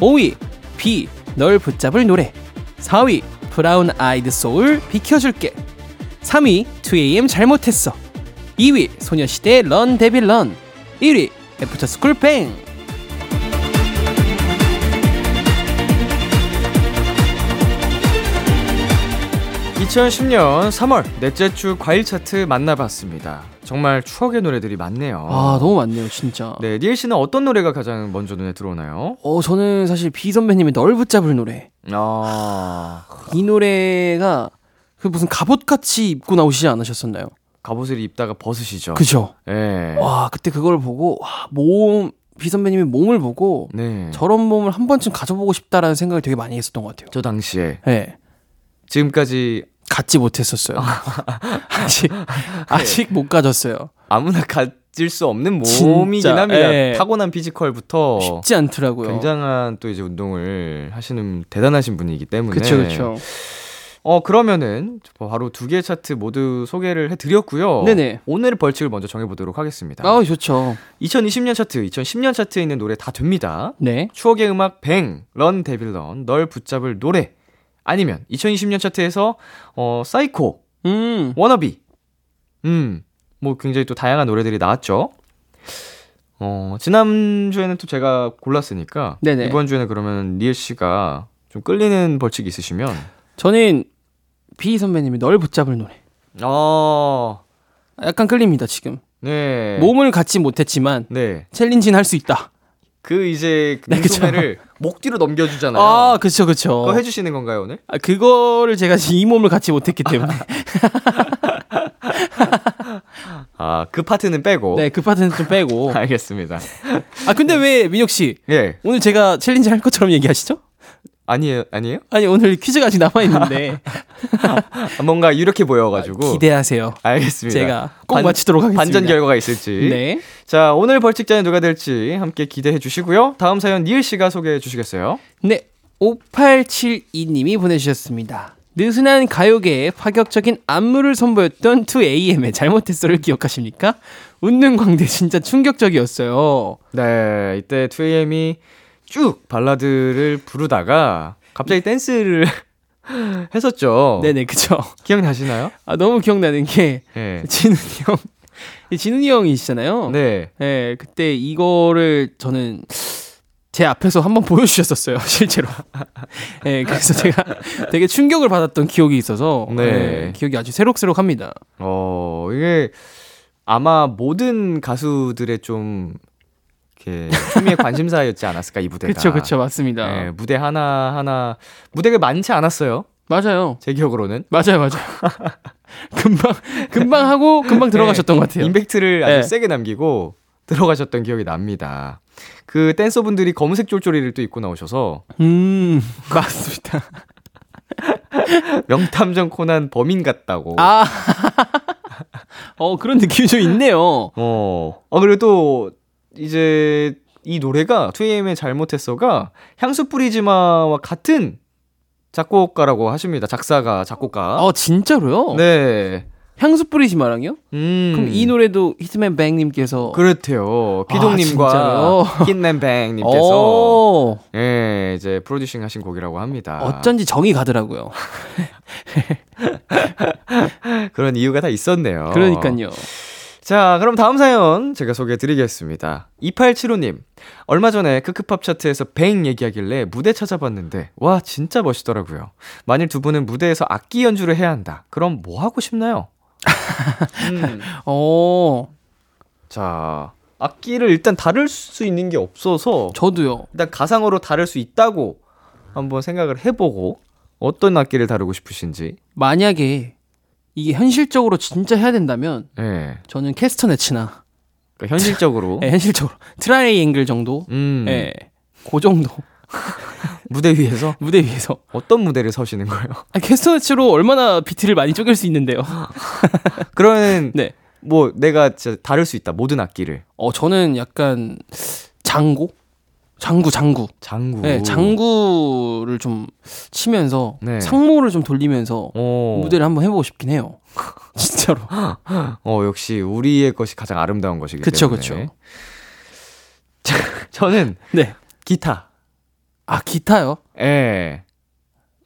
Speaker 4: 5위 B 널 붙잡을 노래, 4위 브라운 아이드 소울 비켜줄게, 3위 2AM 잘못했어, 2위 소녀시대 런 데빌 런, 1위 애프터스쿨 뱅.
Speaker 2: 2010년 3월 넷째 주 과일 차트 만나봤습니다. 정말 추억의 노래들이 많네요.
Speaker 4: 아 너무 많네요 진짜.
Speaker 2: 네, 니엘 씨는 어떤 노래가 가장 먼저 눈에 들어오나요?
Speaker 4: 어 저는 사실 비 선배님의 널 붙잡을 노래
Speaker 2: 아,
Speaker 4: 이 노래가 그 무슨 갑옷 같이 입고 나오시지 않으셨었나요?
Speaker 2: 갑옷을 입다가 벗으시죠.
Speaker 4: 그죠? 아,
Speaker 2: 예.
Speaker 4: 와 그때 그걸 보고 와몸비 선배님의 몸을 보고
Speaker 2: 네. 저,
Speaker 4: 저런 몸을 한 번쯤 가져보고 싶다라는 생각을 되게 많이 했었던 것 같아요.
Speaker 2: 당시에
Speaker 4: 예.
Speaker 2: 지금까지
Speaker 4: 갖지 못했었어요. 아직 아직 못 가졌어요.
Speaker 2: 아무나 가질 수 없는
Speaker 4: 진짜,
Speaker 2: 몸이긴 합니다.
Speaker 4: 예.
Speaker 2: 타고난 피지컬부터
Speaker 4: 쉽지 않더라고요.
Speaker 2: 굉장한 또 이제 운동을 하시는 대단하신 분이기 때문에.
Speaker 4: 그쵸 그쵸.
Speaker 2: 어 그러면은 바로 두 개의 차트 모두 소개를 해드렸고요.
Speaker 4: 네네.
Speaker 2: 오늘의 벌칙을 먼저 정해보도록 하겠습니다.
Speaker 4: 아 좋죠.
Speaker 2: 2020년 차트, 2010년 차트에 있는 노래 다 됩니다.
Speaker 4: 네.
Speaker 2: 추억의 음악 뱅, 런 데빌런, 널 붙잡을 노래 아니면 2020년 차트에서 어 사이코,
Speaker 4: 음.
Speaker 2: 워너비, 음뭐 굉장히 또 다양한 노래들이 나왔죠. 어 지난 주에는 또 제가 골랐으니까
Speaker 4: 네네.
Speaker 2: 이번 주에는 그러면 리엘 씨가 좀 끌리는 벌칙이 있으시면
Speaker 4: 저는 비 선배님이 널 붙잡을 노래.
Speaker 2: 어
Speaker 4: 약간 끌립니다 지금.
Speaker 2: 네.
Speaker 4: 몸을 갖지 못했지만
Speaker 2: 네.
Speaker 4: 챌린지는 할 수 있다.
Speaker 2: 그 이제
Speaker 4: 네, 그쵸.
Speaker 2: 눈소매를 목 뒤로 넘겨주잖아요.
Speaker 4: 아 그쵸 그쵸.
Speaker 2: 그거 해주시는 건가요 오늘?
Speaker 4: 아, 그거를 제가 지금 이 몸을 갖지 못했기 때문에
Speaker 2: 아 그 파트는 빼고.
Speaker 4: 네그 파트는 좀 빼고.
Speaker 2: 알겠습니다.
Speaker 4: 아 근데 왜 민혁 씨
Speaker 2: 예.
Speaker 4: 오늘 제가 챌린지 할 것처럼 얘기하시죠?
Speaker 2: 아니에요, 아니에요?
Speaker 4: 아니 오늘 퀴즈가 아직 남아 있는데
Speaker 2: 아, 뭔가 이렇게 보여가지고.
Speaker 4: 기대하세요.
Speaker 2: 알겠습니다.
Speaker 4: 제가 꼭 맞히도록 하겠습니다.
Speaker 2: 반전 결과가 있을지.
Speaker 4: 네.
Speaker 2: 자, 오늘 벌칙자는 누가 될지 함께 기대해 주시고요. 다음 사연 니엘 씨가 소개해 주시겠어요?
Speaker 4: 네. 5872님이 보내주셨습니다. 느슨한 가요계에 파격적인 안무를 선보였던 2AM의 잘못했어를 기억하십니까? 웃는 광대 진짜 충격적이었어요.
Speaker 2: 네, 이때 2AM이 쭉 발라드를 부르다가 갑자기 댄스를 했었죠.
Speaker 4: 네네, 그쵸.
Speaker 2: 기억나시나요?
Speaker 4: 아, 너무 기억나는 게,
Speaker 2: 예.
Speaker 4: 진훈이 형. 이 진훈이 형이시잖아요.
Speaker 2: 네.
Speaker 4: 네, 그때 이거를 저는 제 앞에서 한번 보여주셨었어요, 실제로. 네, 그래서 제가 되게 충격을 받았던 기억이 있어서.
Speaker 2: 네.
Speaker 4: 네, 기억이 아주 새록새록합니다.
Speaker 2: 어, 이게 아마 모든 가수들의 좀 이렇게 취미의 관심사였지 않았을까 이 무대가.
Speaker 4: 그쵸, 그쵸, 맞습니다.
Speaker 2: 예, 무대 하나 하나 무대가 많지 않았어요.
Speaker 4: 맞아요.
Speaker 2: 제 기억으로는
Speaker 4: 맞아요, 맞아요. 금방, 금방 하고,
Speaker 2: 네.
Speaker 4: 금방 들어가셨던 것 같아요.
Speaker 2: 임팩트를 아주
Speaker 4: 예.
Speaker 2: 세게 남기고 들어가셨던 기억이 납니다. 그 댄서분들이 검은색 쫄쫄이를 또 입고 나오셔서
Speaker 4: 음, 맞습니다.
Speaker 2: 명탐정 코난 범인 같다고.
Speaker 4: 아, 어, 그런 느낌이 좀 있네요.
Speaker 2: 어. 어 그리고 또 이제 이 노래가 2AM의 잘못했어가 향수 프리즈마와 같은 작곡가라고 하십니다. 작사가 작곡가.
Speaker 4: 어, 진짜로요?
Speaker 2: 아? 네.
Speaker 4: 향수 뿌리지 마랑요?
Speaker 2: 음.
Speaker 4: 그럼 이 노래도 히트맨 뱅님께서.
Speaker 2: 그렇대요.
Speaker 4: 아,
Speaker 2: 비동님과
Speaker 4: 진짜요?
Speaker 2: 킨맨뱅님께서 아.
Speaker 4: 오,
Speaker 2: 예 이제 프로듀싱 하신 곡이라고 합니다.
Speaker 4: 어쩐지 정이 가더라고요.
Speaker 2: 그런 이유가 다 있었네요.
Speaker 4: 그러니까요.
Speaker 2: 자, 그럼 다음 사연 제가 소개해 드리겠습니다. 2875님. 얼마 전에 크크팝 차트에서 뱅 얘기하길래 무대 찾아봤는데, 와, 진짜 멋있더라고요. 만일 두 분은 무대에서 악기 연주를 해야 한다. 그럼 뭐 하고 싶나요? 음,
Speaker 4: 어,
Speaker 2: 자, 악기를 일단 다룰 수 있는 게 없어서,
Speaker 4: 저도요.
Speaker 2: 일단 가상으로 다룰 수 있다고 한번 생각을 해보고, 어떤 악기를 다루고 싶으신지,
Speaker 4: 만약에 이게 현실적으로 진짜 해야 된다면
Speaker 2: 예.
Speaker 4: 저는 캐스터네츠나
Speaker 2: 그러니까 현실적으로,
Speaker 4: 예, 현실적으로 트라이앵글 정도,
Speaker 2: 음,
Speaker 4: 예, 그 정도
Speaker 2: 무대 위에서
Speaker 4: 무대 위에서
Speaker 2: 어떤 무대를 서시는 거예요?
Speaker 4: 아, 캐스터네츠로 얼마나 비트를 많이 쪼갤 수 있는데요.
Speaker 2: 그러면
Speaker 4: 네,
Speaker 2: 뭐 내가 진짜 다룰 수 있다 모든 악기를
Speaker 4: 어 저는 약간 장고, 장구, 장구,
Speaker 2: 장구
Speaker 4: 예, 장구를 좀 치면서
Speaker 2: 네.
Speaker 4: 상모를 좀 돌리면서
Speaker 2: 어,
Speaker 4: 무대를 한번 해보고 싶긴 해요. 진짜로.
Speaker 2: 어 역시 우리의 것이 가장 아름다운 것이기
Speaker 4: 그쵸,
Speaker 2: 때문에
Speaker 4: 그쵸.
Speaker 2: 자, 저는
Speaker 4: 네.
Speaker 2: 기타
Speaker 4: 아 기타요?
Speaker 2: 예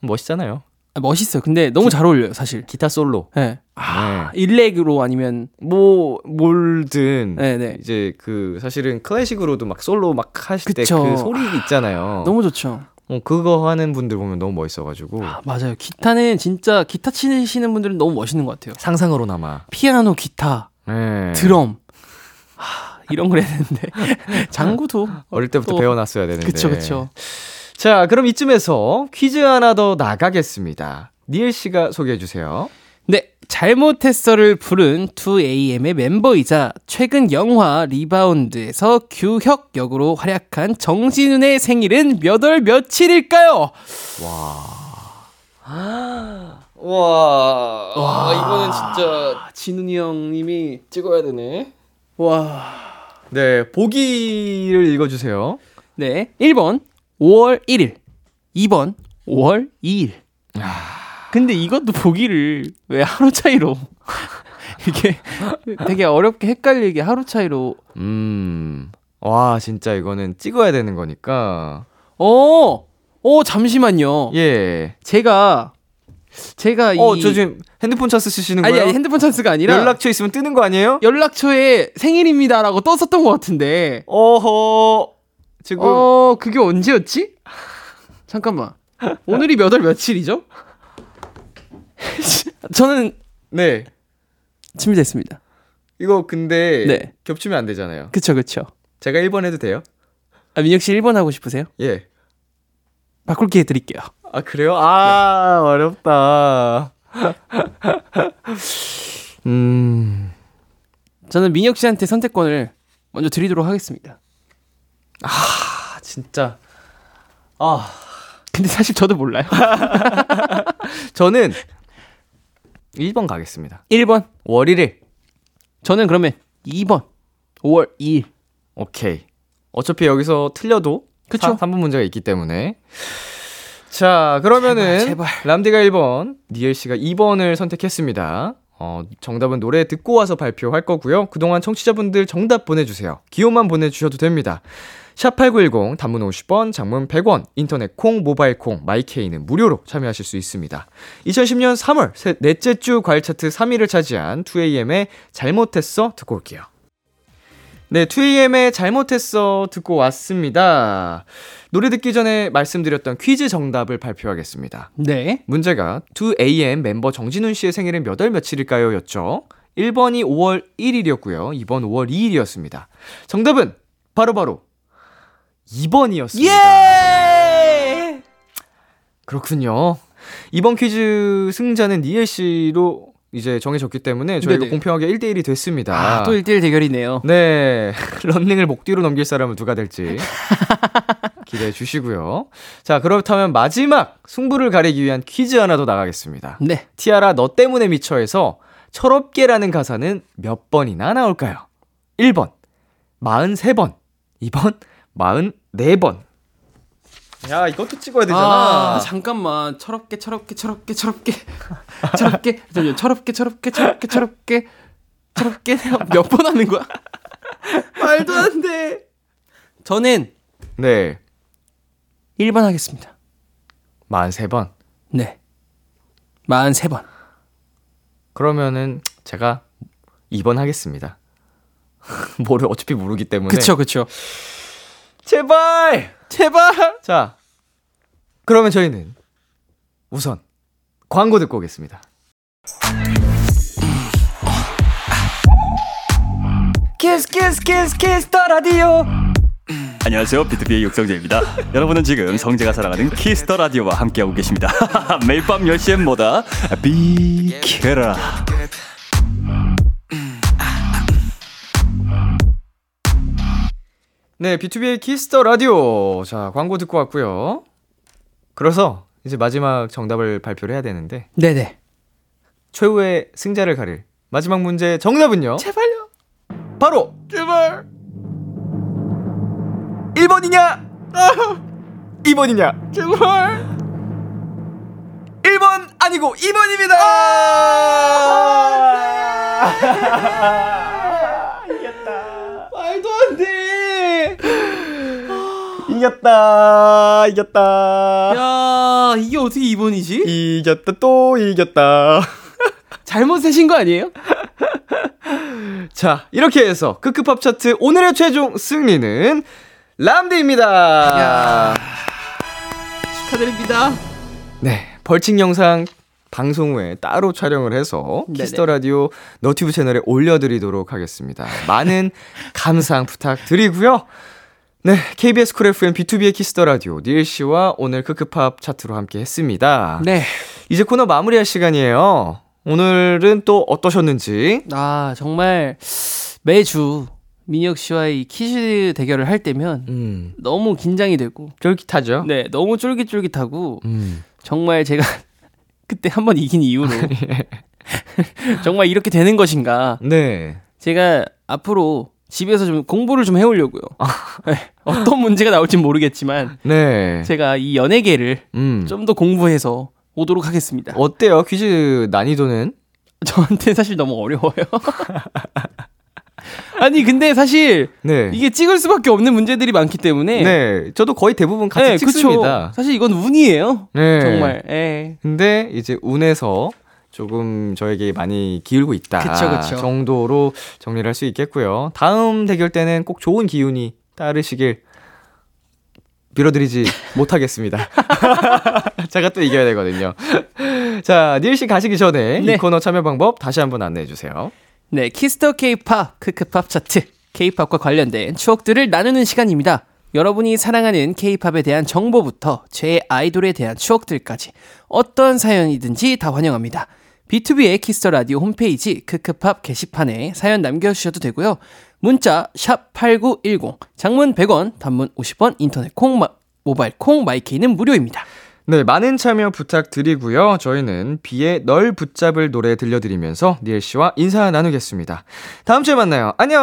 Speaker 2: 멋있잖아요
Speaker 4: 아, 멋있어요. 근데 너무 잘 어울려요, 사실.
Speaker 2: 기타 솔로 네.
Speaker 4: 예. 아, 일렉으로 아니면
Speaker 2: 뭐 뭘든
Speaker 4: 네네.
Speaker 2: 이제 그 사실은 클래식으로도 막 솔로 막 하실 때 그
Speaker 4: 그쵸.
Speaker 2: 소리 있잖아요
Speaker 4: 너무 좋죠.
Speaker 2: 어, 그거 하는 분들 보면 너무 멋있어가지고
Speaker 4: 아, 맞아요. 기타는 진짜 기타 치시는 분들은 너무 멋있는 것 같아요.
Speaker 2: 상상으로나마
Speaker 4: 피아노, 기타,
Speaker 2: 예.
Speaker 4: 드럼. 하, 이런 걸 했는데 장구도
Speaker 2: 어릴 때부터
Speaker 4: 또-
Speaker 2: 배워놨어야 되는데
Speaker 4: 그쵸 그쵸.
Speaker 2: 자 그럼 이쯤에서 퀴즈 하나 더 나가겠습니다 니엘 씨가 소개해 주세요
Speaker 4: 네, 잘못했어를 부른 2AM의 멤버이자 최근 영화 리바운드에서 규혁 역으로 활약한 정진훈의 생일은 몇 월 며칠일까요?
Speaker 2: 와,
Speaker 4: 아, 이거는 진짜 진훈이 형님이 찍어야 되네. 와.
Speaker 2: 네 보기를 읽어주세요
Speaker 4: 네, 1번 5월 1일, 2번 5월 2일.
Speaker 2: 아.
Speaker 4: 근데 이것도 보기를 왜 하루 차이로 이게 되게 어렵게 헷갈리게 하루 차이로
Speaker 2: 음, 음와 진짜 이거는 찍어야 되는 거니까
Speaker 4: 어, 어 잠시만요.
Speaker 2: 예
Speaker 4: 제가 제가 이
Speaker 2: 어, 저 지금 핸드폰 예. 찬스 쓰시는
Speaker 4: 아니,
Speaker 2: 거예요?
Speaker 4: 아니 핸드폰 찬스가 아니라
Speaker 2: 연락처 있으면 뜨는 거 아니에요?
Speaker 4: 초에 생일입니다라고 떴었던 것 같은데
Speaker 2: 어허. 지금
Speaker 4: 어 그게 언제였지? 잠깐만 오늘이 몇 월 며칠이죠? 저는
Speaker 2: 네.
Speaker 4: 준비됐습니다.
Speaker 2: 이거 근데
Speaker 4: 네.
Speaker 2: 겹치면 안 되잖아요.
Speaker 4: 그쵸 그쵸.
Speaker 2: 제가 1번 해도 돼요?
Speaker 4: 아, 민혁 씨 1번 하고 싶으세요?
Speaker 2: 예.
Speaker 4: 바꿀 기회 드릴게요.
Speaker 2: 아, 그래요? 아, 어렵다. 음.
Speaker 4: 저는 민혁 씨한테 선택권을 먼저 드리도록 하겠습니다.
Speaker 2: 아, 진짜. 아,
Speaker 4: 근데 사실 저도 몰라요.
Speaker 2: 저는 1번 가겠습니다.
Speaker 4: 1번.
Speaker 2: 월 1일.
Speaker 4: 저는 그러면 2번. 5월 2일.
Speaker 2: 오케이. 어차피 여기서 틀려도
Speaker 4: 그쵸.
Speaker 2: 3번 문제가 있기 때문에. 자, 그러면은
Speaker 4: 제발,
Speaker 2: 람디가 1번, 니엘 씨가 2번을 선택했습니다. 어, 정답은 노래 듣고 와서 발표할 거고요. 그동안 청취자분들 정답 보내 주세요. 기호만 보내 주셔도 됩니다. 샵8910 단문 50원, 장문 100원, 인터넷 콩, 모바일 콩, 마이케이는 무료로 참여하실 수 있습니다. 2010년 3월 세, 넷째 주 과일 차트 3위를 차지한 2AM의 잘못했어 듣고 올게요. 네, 2AM의 잘못했어 듣고 왔습니다. 노래 듣기 전에 말씀드렸던 퀴즈 정답을 발표하겠습니다.
Speaker 4: 네.
Speaker 2: 문제가 2AM 멤버 정진훈 씨의 생일은 몇 월 며칠일까요? 였죠. 1번이 5월 1일이었고요. 2번 5월 2일이었습니다. 정답은 바로바로 2번이었습니다.
Speaker 4: 예!
Speaker 2: 그렇군요. 이번 퀴즈 승자는 니엘 씨로 이제 정해졌기 때문에 저희가
Speaker 4: 네네.
Speaker 2: 공평하게 1대1이 됐습니다.
Speaker 4: 아, 또 1대1 대결이네요.
Speaker 2: 네. 런닝을 목 뒤로 넘길 사람은 누가 될지 기대해 주시고요. 자, 그렇다면 마지막 승부를 가리기 위한 퀴즈 하나 더 나가겠습니다.
Speaker 4: 네.
Speaker 2: 티아라 너 때문에 미쳐에서 철없게라는 가사는 몇 번이나 나올까요? 1번 43번 2번 44번 야 이것도 찍어야
Speaker 4: 아, 잠깐만. 철없게, 철없게, 철없게, 철없게. 철없게. 잠시만요. 철없게, 철없게, 철없게, 철없게. 철없게. 몇 번 하는 거야? 말도 안 돼. 저는
Speaker 2: 네
Speaker 4: 1번 하겠습니다.
Speaker 2: 43번
Speaker 4: 네. 43번.
Speaker 2: 그러면은 제가 2번 하겠습니다 모르 어차피 모르기 때문에
Speaker 4: 그쵸, 그쵸.
Speaker 2: 제발
Speaker 4: 제발.
Speaker 2: 자 그러면 저희는 우선 광고 듣고 오겠습니다
Speaker 3: 키스 키스 키스 키스 더 라디오
Speaker 1: 안녕하세요. 비투비의 육성재입니다. 여러분은 지금 성재가 사랑하는 키스터 라디오와 함께하고 계십니다. 매일 밤 10시엔 뭐다? 비케라.
Speaker 2: 네, B2B의 키스터 라디오. 자, 광고 듣고 왔고요. 그래서 이제 마지막 정답을 발표를 해야 되는데
Speaker 4: 네네.
Speaker 2: 최후의 승자를 가릴 마지막 문제 정답은요.
Speaker 4: 제발요.
Speaker 2: 바로
Speaker 4: 제발.
Speaker 2: 1번이냐? 2번이냐?
Speaker 4: 제발.
Speaker 2: 1번 아니고 2번입니다.
Speaker 4: 아, 네.
Speaker 2: 이겼다. 말도 안 돼. 이겼다. 이겼다.
Speaker 4: 야, 아, 이게 어떻게 2번이지?
Speaker 2: 이겼다. 또 이겼다.
Speaker 4: 잘못 세신 거 아니에요?
Speaker 2: 자, 이렇게 해서 크크팝 차트 오늘의 최종 승리는 람디입니다.
Speaker 4: 축하드립니다.
Speaker 2: 네, 벌칙 영상 방송 후에 따로 촬영을 해서
Speaker 4: 네네.
Speaker 2: 키스터 라디오 너튜브 채널에 올려드리도록 하겠습니다. 많은 감상 부탁드리고요. 네, KBS 쿨 FM B2B의 키스터 라디오 니엘 씨와 오늘 크크팝 차트로 함께 했습니다.
Speaker 4: 네.
Speaker 2: 이제 코너 마무리할 시간이에요. 오늘은 또 어떠셨는지?
Speaker 4: 아, 정말 매주 민혁 씨와의 이 퀴즈 대결을 할 때면
Speaker 2: 음,
Speaker 4: 너무 긴장이 되고
Speaker 2: 쫄깃하죠?
Speaker 4: 네, 너무 쫄깃쫄깃하고
Speaker 2: 음.
Speaker 4: 정말 제가 그때 한 번 이긴 이후로
Speaker 2: 예.
Speaker 4: 정말 이렇게 되는 것인가?
Speaker 2: 네.
Speaker 4: 제가 앞으로 집에서 좀 공부를 좀 해오려고요.
Speaker 2: 아.
Speaker 4: 네, 어떤 문제가 나올진 모르겠지만
Speaker 2: 네.
Speaker 4: 제가 이 연예계를
Speaker 2: 음.
Speaker 4: 좀 더 공부해서 오도록 하겠습니다.
Speaker 2: 어때요? 퀴즈 난이도는?
Speaker 4: 저한테 사실 너무 어려워요. 아니 근데 사실
Speaker 2: 네.
Speaker 4: 이게 찍을 수밖에 없는 문제들이 많기 때문에
Speaker 2: 네. 저도 거의 대부분 같이
Speaker 4: 예, 그쵸.
Speaker 2: 찍습니다.
Speaker 4: 사실 이건 운이에요.
Speaker 2: 네.
Speaker 4: 정말. 예.
Speaker 2: 근데 이제 운에서 조금 저에게 많이 기울고 있다
Speaker 4: 그쵸, 그쵸.
Speaker 2: 정도로 정리를 할 수 있겠고요. 다음 대결 때는 꼭 좋은 기운이 따르시길 빌어드리지 못하겠습니다. 제가 또 이겨야 되거든요. 자, 니엘 씨 가시기 전에
Speaker 4: 네.
Speaker 2: 이 코너 참여 방법 다시 한번 안내해 주세요.
Speaker 4: 네, 키스터 케이팝 크크팝 차트. 케이팝과 관련된 추억들을 나누는 시간입니다. 여러분이 사랑하는 케이팝에 대한 정보부터 제 아이돌에 대한 추억들까지 어떤 사연이든지 다 환영합니다. B2B의 키스터 라디오 홈페이지 크크팝 게시판에 사연 남겨 주셔도 되고요. 문자 샵 8910 장문 100원, 단문 50원, 인터넷 콩 마- 모바일 콩 마이케이는 무료입니다.
Speaker 2: 네, 많은 참여 부탁드리고요. 저희는 비의 널 붙잡을 노래 들려드리면서 니엘 씨와 인사 나누겠습니다. 다음 주에 만나요. 안녕.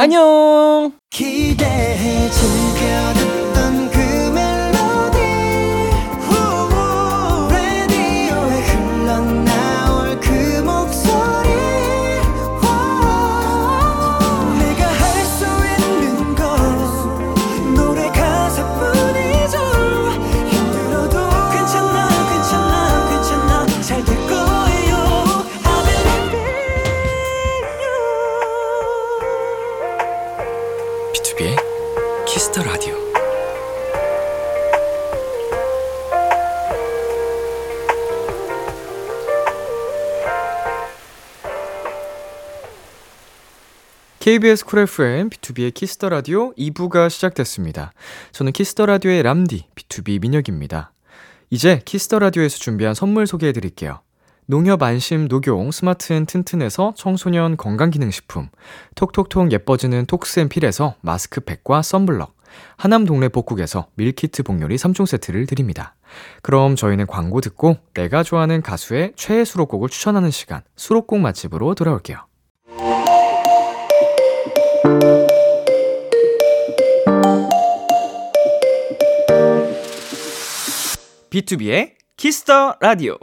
Speaker 4: 안녕.
Speaker 3: 기대해 즐겨듣던 그 멜로디 후, 라디오에 흘러나올 그 목소리 와. 내가 할 수 있는 건 노래 가사뿐이죠 힘들어도 괜찮아 괜찮아 괜찮아 잘 될 거예요 I believe in you
Speaker 5: B2B의 키스터 라디오.
Speaker 2: KBS 쿨 FM B2B의 키스터 라디오 2부가 시작됐습니다. 저는 키스터 라디오의 람디 B2B 민혁입니다. 이제 키스터 라디오에서 준비한 선물 소개해 드릴게요. 농협 안심 녹용 스마트앤 튼튼에서 청소년 건강기능식품, 톡톡톡 예뻐지는 톡스앤필에서 마스크 팩과 썬블럭, 하남 동네 복국에서 밀키트 복요리 3종 세트를 드립니다. 그럼 저희는 광고 듣고 내가 좋아하는 가수의 최애 수록곡을 추천하는 시간 수록곡 맛집으로 돌아올게요. B2B의 키스터 라디오.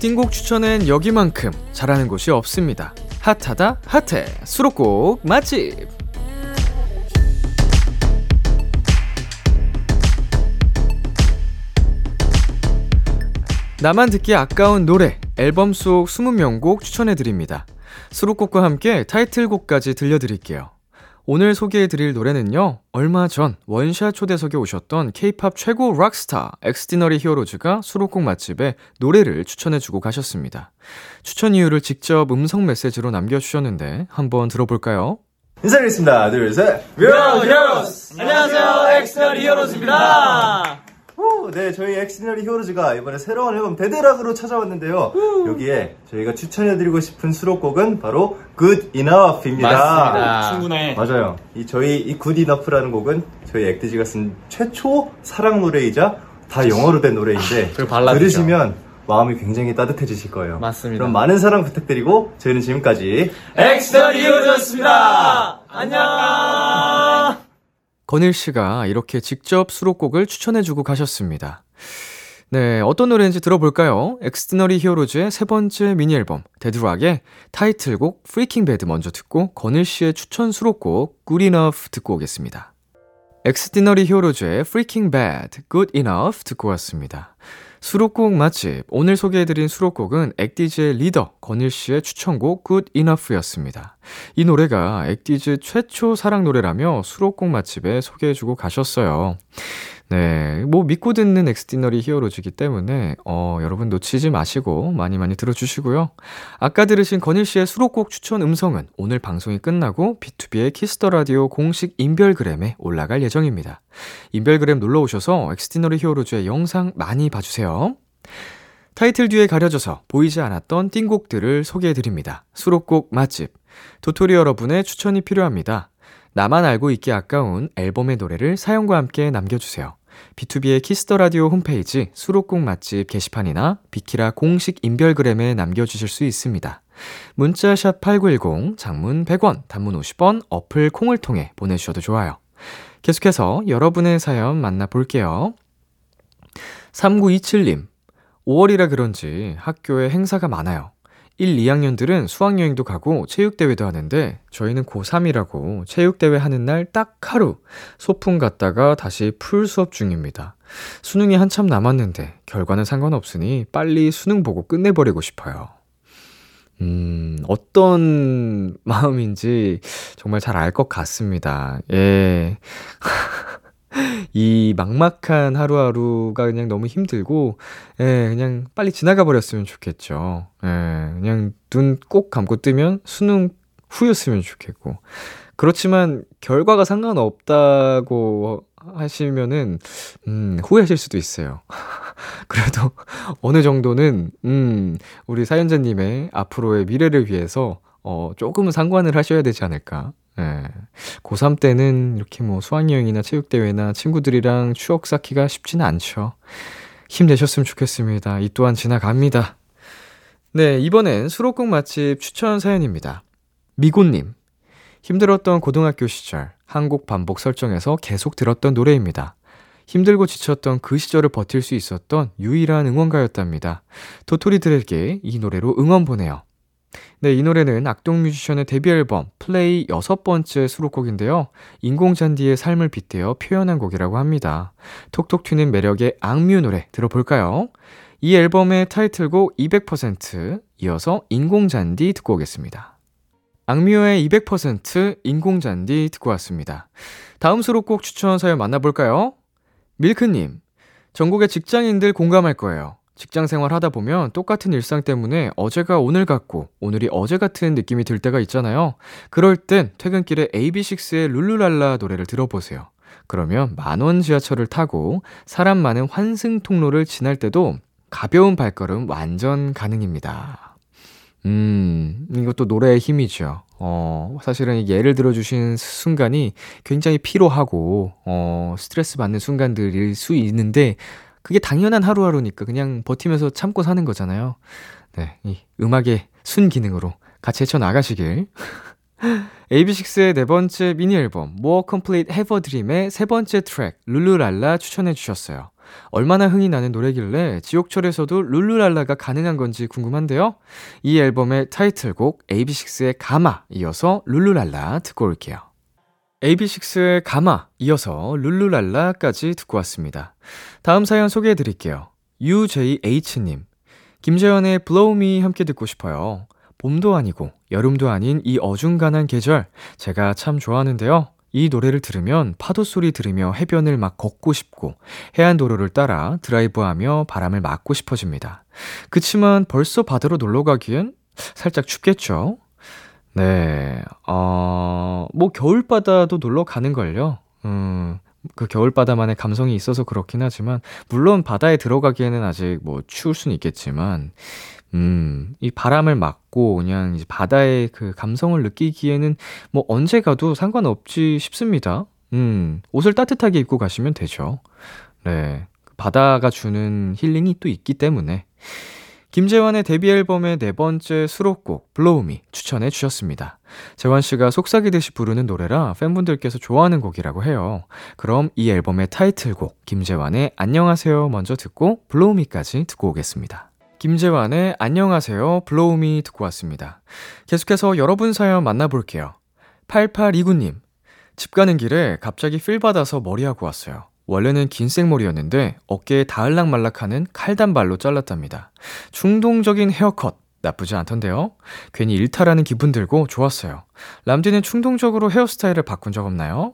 Speaker 2: 띵곡 추천엔 여기만큼 잘하는 곳이 없습니다. 핫하다 핫해 수록곡 맛집. 나만 듣기 아까운 노래 앨범 속 20명곡 추천해 드립니다. 수록곡과 함께 타이틀곡까지 들려드릴게요. 오늘 소개해 드릴 노래는요. 얼마 전 원샷 초대석에 오셨던 K-팝 최고 락스타 엑스디너리 히어로즈가 수록곡 맛집에 노래를 추천해 주고 가셨습니다. 추천 이유를 직접 음성 메시지로 남겨 주셨는데 한번 들어볼까요?
Speaker 6: 인사드리겠습니다. 둘, 셋. 위어 히어로즈! 안녕하세요. 엑스너리 히어로즈입니다. 네, 저희 엑스너리 히어로즈가 이번에 새로운 앨범 데드락으로 찾아왔는데요. 여기에 저희가 추천해드리고 싶은 수록곡은 바로 Good Enough입니다. 아,
Speaker 7: 충분해.
Speaker 6: 맞아요. 이 저희 이 Good Enough라는 곡은 저희 액티지가 쓴 최초 사랑 노래이자 다 영어로 된 노래인데
Speaker 2: 그리고 발라드죠.
Speaker 6: 들으시면 마음이 굉장히 따뜻해지실 거예요.
Speaker 2: 맞습니다.
Speaker 6: 그럼 많은 사랑 부탁드리고 저희는 지금까지
Speaker 7: 엑스터 리오였습니다. 안녕.
Speaker 2: 건일 씨가 이렇게 직접 수록곡을 추천해주고 가셨습니다. 네, 어떤 노래인지 들어볼까요? 엑스티너리 히어로즈의 세 번째 미니 앨범, 데드락의 타이틀곡 프리킹 배드 먼저 듣고 건일 씨의 추천 수록곡 Good Enough 듣고 오겠습니다. 엑스티너리 히어로즈의 프리킹 배드, Good Enough 듣고 왔습니다. 수록곡 맛집. 오늘 소개해드린 수록곡은 액디즈의 리더, 건일 씨의 추천곡 Good Enough였습니다. 이 노래가 액디즈 최초 사랑 노래라며 수록곡 맛집에 소개해주고 가셨어요. 네, 뭐 믿고 듣는 엑스티너리 히어로즈이기 때문에 어, 여러분 놓치지 마시고 많이 많이 들어주시고요. 아까 들으신 건일 씨의 수록곡 추천 음성은 오늘 방송이 끝나고 B2B의 키스터 라디오 공식 인별그램에 올라갈 예정입니다. 인별그램 놀러 오셔서 엑스티너리 히어로즈의 영상 많이 봐주세요. 타이틀 뒤에 가려져서 보이지 않았던 띵곡들을 소개해드립니다. 수록곡 맛집. 도토리 여러분의 추천이 필요합니다. 나만 알고 있기 아까운 앨범의 노래를 사연과 함께 남겨주세요. B2B의 키스터 라디오 홈페이지 수록곡 맛집 게시판이나 비키라 공식 인별그램에 남겨주실 수 있습니다. 문자 샵 #8910 장문 100원, 단문 50원, 어플 콩을 통해 보내주셔도 좋아요. 계속해서 여러분의 사연 만나볼게요. 3927님, 5월이라 그런지 학교에 행사가 많아요. 1, 2학년들은 수학여행도 가고 체육대회도 하는데 저희는 고3이라고 체육대회 하는 날 딱 하루 소풍 갔다가 다시 풀 수업 중입니다. 수능이 한참 남았는데 결과는 상관없으니 빨리 수능 보고 끝내버리고 싶어요. 음, 어떤 마음인지 정말 잘 알 것 같습니다. 예. 이 막막한 하루하루가 그냥 너무 힘들고, 예, 그냥 빨리 지나가 버렸으면 좋겠죠. 예, 그냥 눈 꼭 감고 뜨면 수능 후였으면 좋겠고. 그렇지만 결과가 상관없다고 하시면은, 음, 후회하실 수도 있어요. 그래도 어느 정도는, 음, 우리 사연자님의 앞으로의 미래를 위해서, 어, 조금은 상관을 하셔야 되지 않을까. 예. 고3 때는 이렇게 뭐 수학여행이나 체육대회나 친구들이랑 추억 쌓기가 쉽지는 않죠. 힘내셨으면 좋겠습니다. 이 또한 지나갑니다. 네, 이번엔 수록곡 맛집 추천 사연입니다. 미고님. 힘들었던 고등학교 시절, 한 곡 반복 설정해서 계속 들었던 노래입니다. 힘들고 지쳤던 그 시절을 버틸 수 있었던 유일한 응원가였답니다. 도토리들에게 이 노래로 응원 보내요. 네, 이 노래는 악동 뮤지션의 데뷔 앨범 플레이 여섯 번째 수록곡인데요. 인공잔디의 삶을 빗대어 표현한 곡이라고 합니다. 톡톡 튀는 매력의 악뮤 노래 들어볼까요? 이 앨범의 타이틀곡 200% 이어서 인공잔디 듣고 오겠습니다. 악뮤의 200% 인공잔디 듣고 왔습니다. 다음 수록곡 추천 사연 만나볼까요? 밀크님, 전국의 직장인들 공감할 거예요. 직장 생활 하다 보면 똑같은 일상 때문에 어제가 오늘 같고 오늘이 어제 같은 느낌이 들 때가 있잖아요. 그럴 땐 퇴근길에 AB6IX의 룰루랄라 노래를 들어보세요. 그러면 만원 지하철을 타고 사람 많은 환승 통로를 지날 때도 가벼운 발걸음 완전 가능입니다. 음, 이것도 노래의 힘이죠. 어, 사실은 이 예를 들어주신 순간이 굉장히 피로하고, 어, 스트레스 받는 순간들일 수 있는데, 그게 당연한 하루하루니까 그냥 버티면서 참고 사는 거잖아요. 네, 이 음악의 순기능으로 같이 헤쳐나가시길. AB6IX의 네 번째 미니 앨범 More Complete Have a Dream의 세 번째 트랙 룰루랄라 추천해 주셨어요. 얼마나 흥이 나는 노래길래 지옥철에서도 룰루랄라가 가능한 건지 궁금한데요. 이 앨범의 타이틀곡 AB6IX의 가마 이어서 룰루랄라 듣고 올게요. AB6IX의 가마, 이어서 룰루랄라까지 듣고 왔습니다. 다음 사연 소개해 드릴게요. UJH님. 김재현의 Blow Me 함께 듣고 싶어요. 봄도 아니고 여름도 아닌 이 어중간한 계절, 제가 참 좋아하는데요. 이 노래를 들으면 파도 소리 들으며 해변을 막 걷고 싶고 해안 도로를 따라 드라이브하며 바람을 맞고 싶어집니다. 그치만 벌써 바다로 놀러 가기엔 살짝 춥겠죠? 네, 어, 뭐 겨울바다도 놀러 가는걸요. 음, 그 겨울바다만의 감성이 있어서 그렇긴 하지만, 물론 바다에 들어가기에는 아직 뭐 추울 순 있겠지만, 음, 이 바람을 맞고 그냥 이제 바다의 그 감성을 느끼기에는 뭐 언제 가도 상관없지 싶습니다. 음, 옷을 따뜻하게 입고 가시면 되죠. 네, 바다가 주는 힐링이 또 있기 때문에. 김재환의 데뷔 앨범의 네 번째 수록곡 블로우미 추천해 주셨습니다. 재환 씨가 속삭이듯이 부르는 노래라 팬분들께서 좋아하는 곡이라고 해요. 그럼 이 앨범의 타이틀곡 김재환의 안녕하세요 먼저 듣고 블로우미까지 듣고 오겠습니다. 김재환의 안녕하세요 블로우미 듣고 왔습니다. 계속해서 여러분 사연 만나볼게요. 8829님 집 가는 길에 갑자기 필 받아서 머리하고 왔어요. 원래는 긴 생머리였는데 어깨에 다을락말락하는 칼단발로 잘랐답니다. 충동적인 헤어컷 나쁘지 않던데요. 괜히 일탈하는 기분 들고 좋았어요. 람디는 충동적으로 헤어스타일을 바꾼 적 없나요?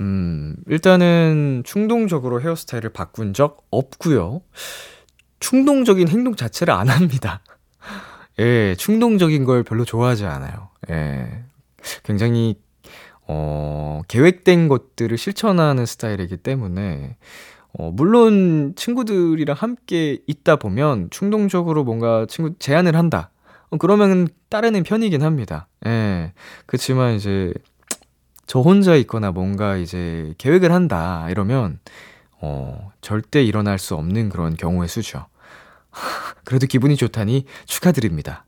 Speaker 2: 음, 일단은 충동적으로 헤어스타일을 바꾼 적 없고요. 충동적인 행동 자체를 안 합니다. 예, 충동적인 걸 별로 좋아하지 않아요. 예. 굉장히 어, 계획된 것들을 실천하는 스타일이기 때문에 어, 물론 친구들이랑 함께 있다 보면 충동적으로 뭔가 친구 제안을 한다. 어, 그러면 따르는 편이긴 합니다. 예. 그렇지만 이제 저 혼자 있거나 뭔가 이제 계획을 한다 이러면 어, 절대 일어날 수 없는 그런 경우의 수죠. 그래도 기분이 좋다니 축하드립니다.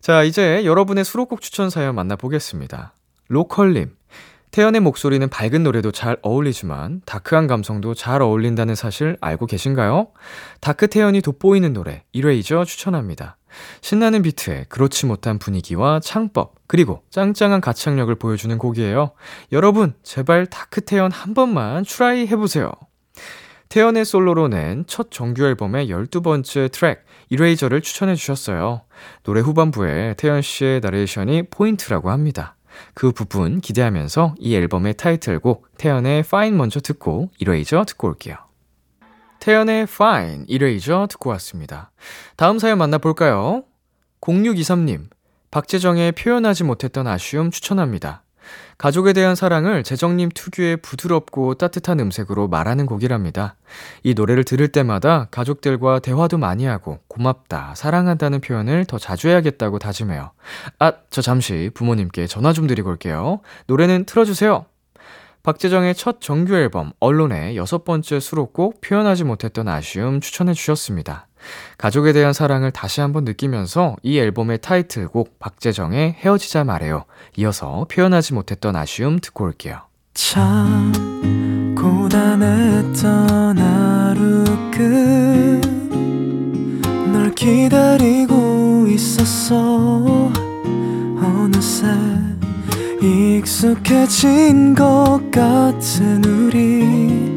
Speaker 2: 자, 이제 여러분의 수록곡 추천 사연 만나보겠습니다. 로컬님. 태연의 목소리는 밝은 노래도 잘 어울리지만 다크한 감성도 잘 어울린다는 사실 알고 계신가요? 다크 태연이 돋보이는 노래 1회이죠 추천합니다. 신나는 비트에 그렇지 못한 분위기와 창법 그리고 짱짱한 가창력을 보여주는 곡이에요. 여러분 제발 다크 태연 한 번만 트라이 해보세요. 태연의 솔로로 낸 첫 정규 앨범의 12번째 트랙, 이레이저를 추천해 주셨어요. 노래 후반부에 태연 씨의 나레이션이 포인트라고 합니다. 그 부분 기대하면서 이 앨범의 타이틀곡 태연의 Fine 먼저 듣고 이레이저 듣고 올게요. 태연의 Fine, 이레이저 듣고 왔습니다. 다음 사연 만나볼까요? 0623님, 박재정의 표현하지 못했던 아쉬움 추천합니다. 가족에 대한 사랑을 재정님 특유의 부드럽고 따뜻한 음색으로 말하는 곡이랍니다. 이 노래를 들을 때마다 가족들과 대화도 많이 하고 고맙다, 사랑한다는 표현을 더 자주 해야겠다고 다짐해요. 아, 저 잠시 부모님께 전화 좀 드리고 올게요. 노래는 틀어주세요. 박재정의 첫 정규 앨범 언론의 여섯 번째 수록곡 표현하지 못했던 아쉬움 추천해 주셨습니다. 가족에 대한 사랑을 다시 한번 느끼면서 이 앨범의 타이틀곡 박재정의 헤어지자 말해요. 이어서 표현하지 못했던 아쉬움 듣고 올게요.
Speaker 8: 참 고단했던 하루 끝 널 기다리고 있었어 어느새 익숙해진 것 같은 우리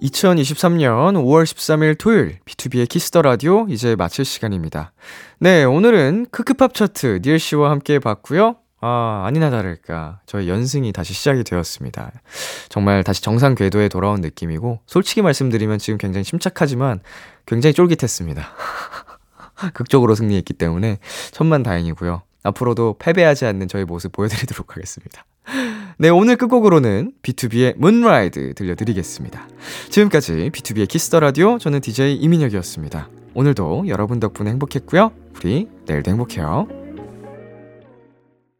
Speaker 2: 2023년 5월 13일 토요일 B2B의 키스터 라디오 이제 마칠 시간입니다. 네, 오늘은 크크팝 차트 닐 씨와 함께 봤고요. 아, 아니나 다를까 저희 연승이 다시 시작이 되었습니다. 정말 다시 정상 궤도에 돌아온 느낌이고 솔직히 말씀드리면 지금 굉장히 침착하지만 굉장히 쫄깃했습니다. 극적으로 승리했기 때문에 천만 다행이고요. 앞으로도 패배하지 않는 저희 모습 보여드리도록 하겠습니다. 네, 오늘 끝곡으로는 B2B의 문라이드 들려드리겠습니다. 지금까지 B2B의 키스터 라디오 저는 DJ 이민혁이었습니다. 오늘도 여러분 덕분에 행복했고요. 우리 내일도 행복해요.